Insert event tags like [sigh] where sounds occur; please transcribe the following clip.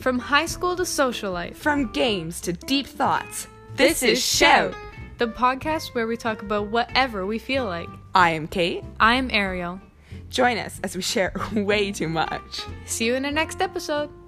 From high school to social life, From games to deep thoughts, this, is Shout. the podcast where we talk about whatever we feel like. I am Kate. I am Ariel. Join us as we share [laughs] way too much. See you in the next episode.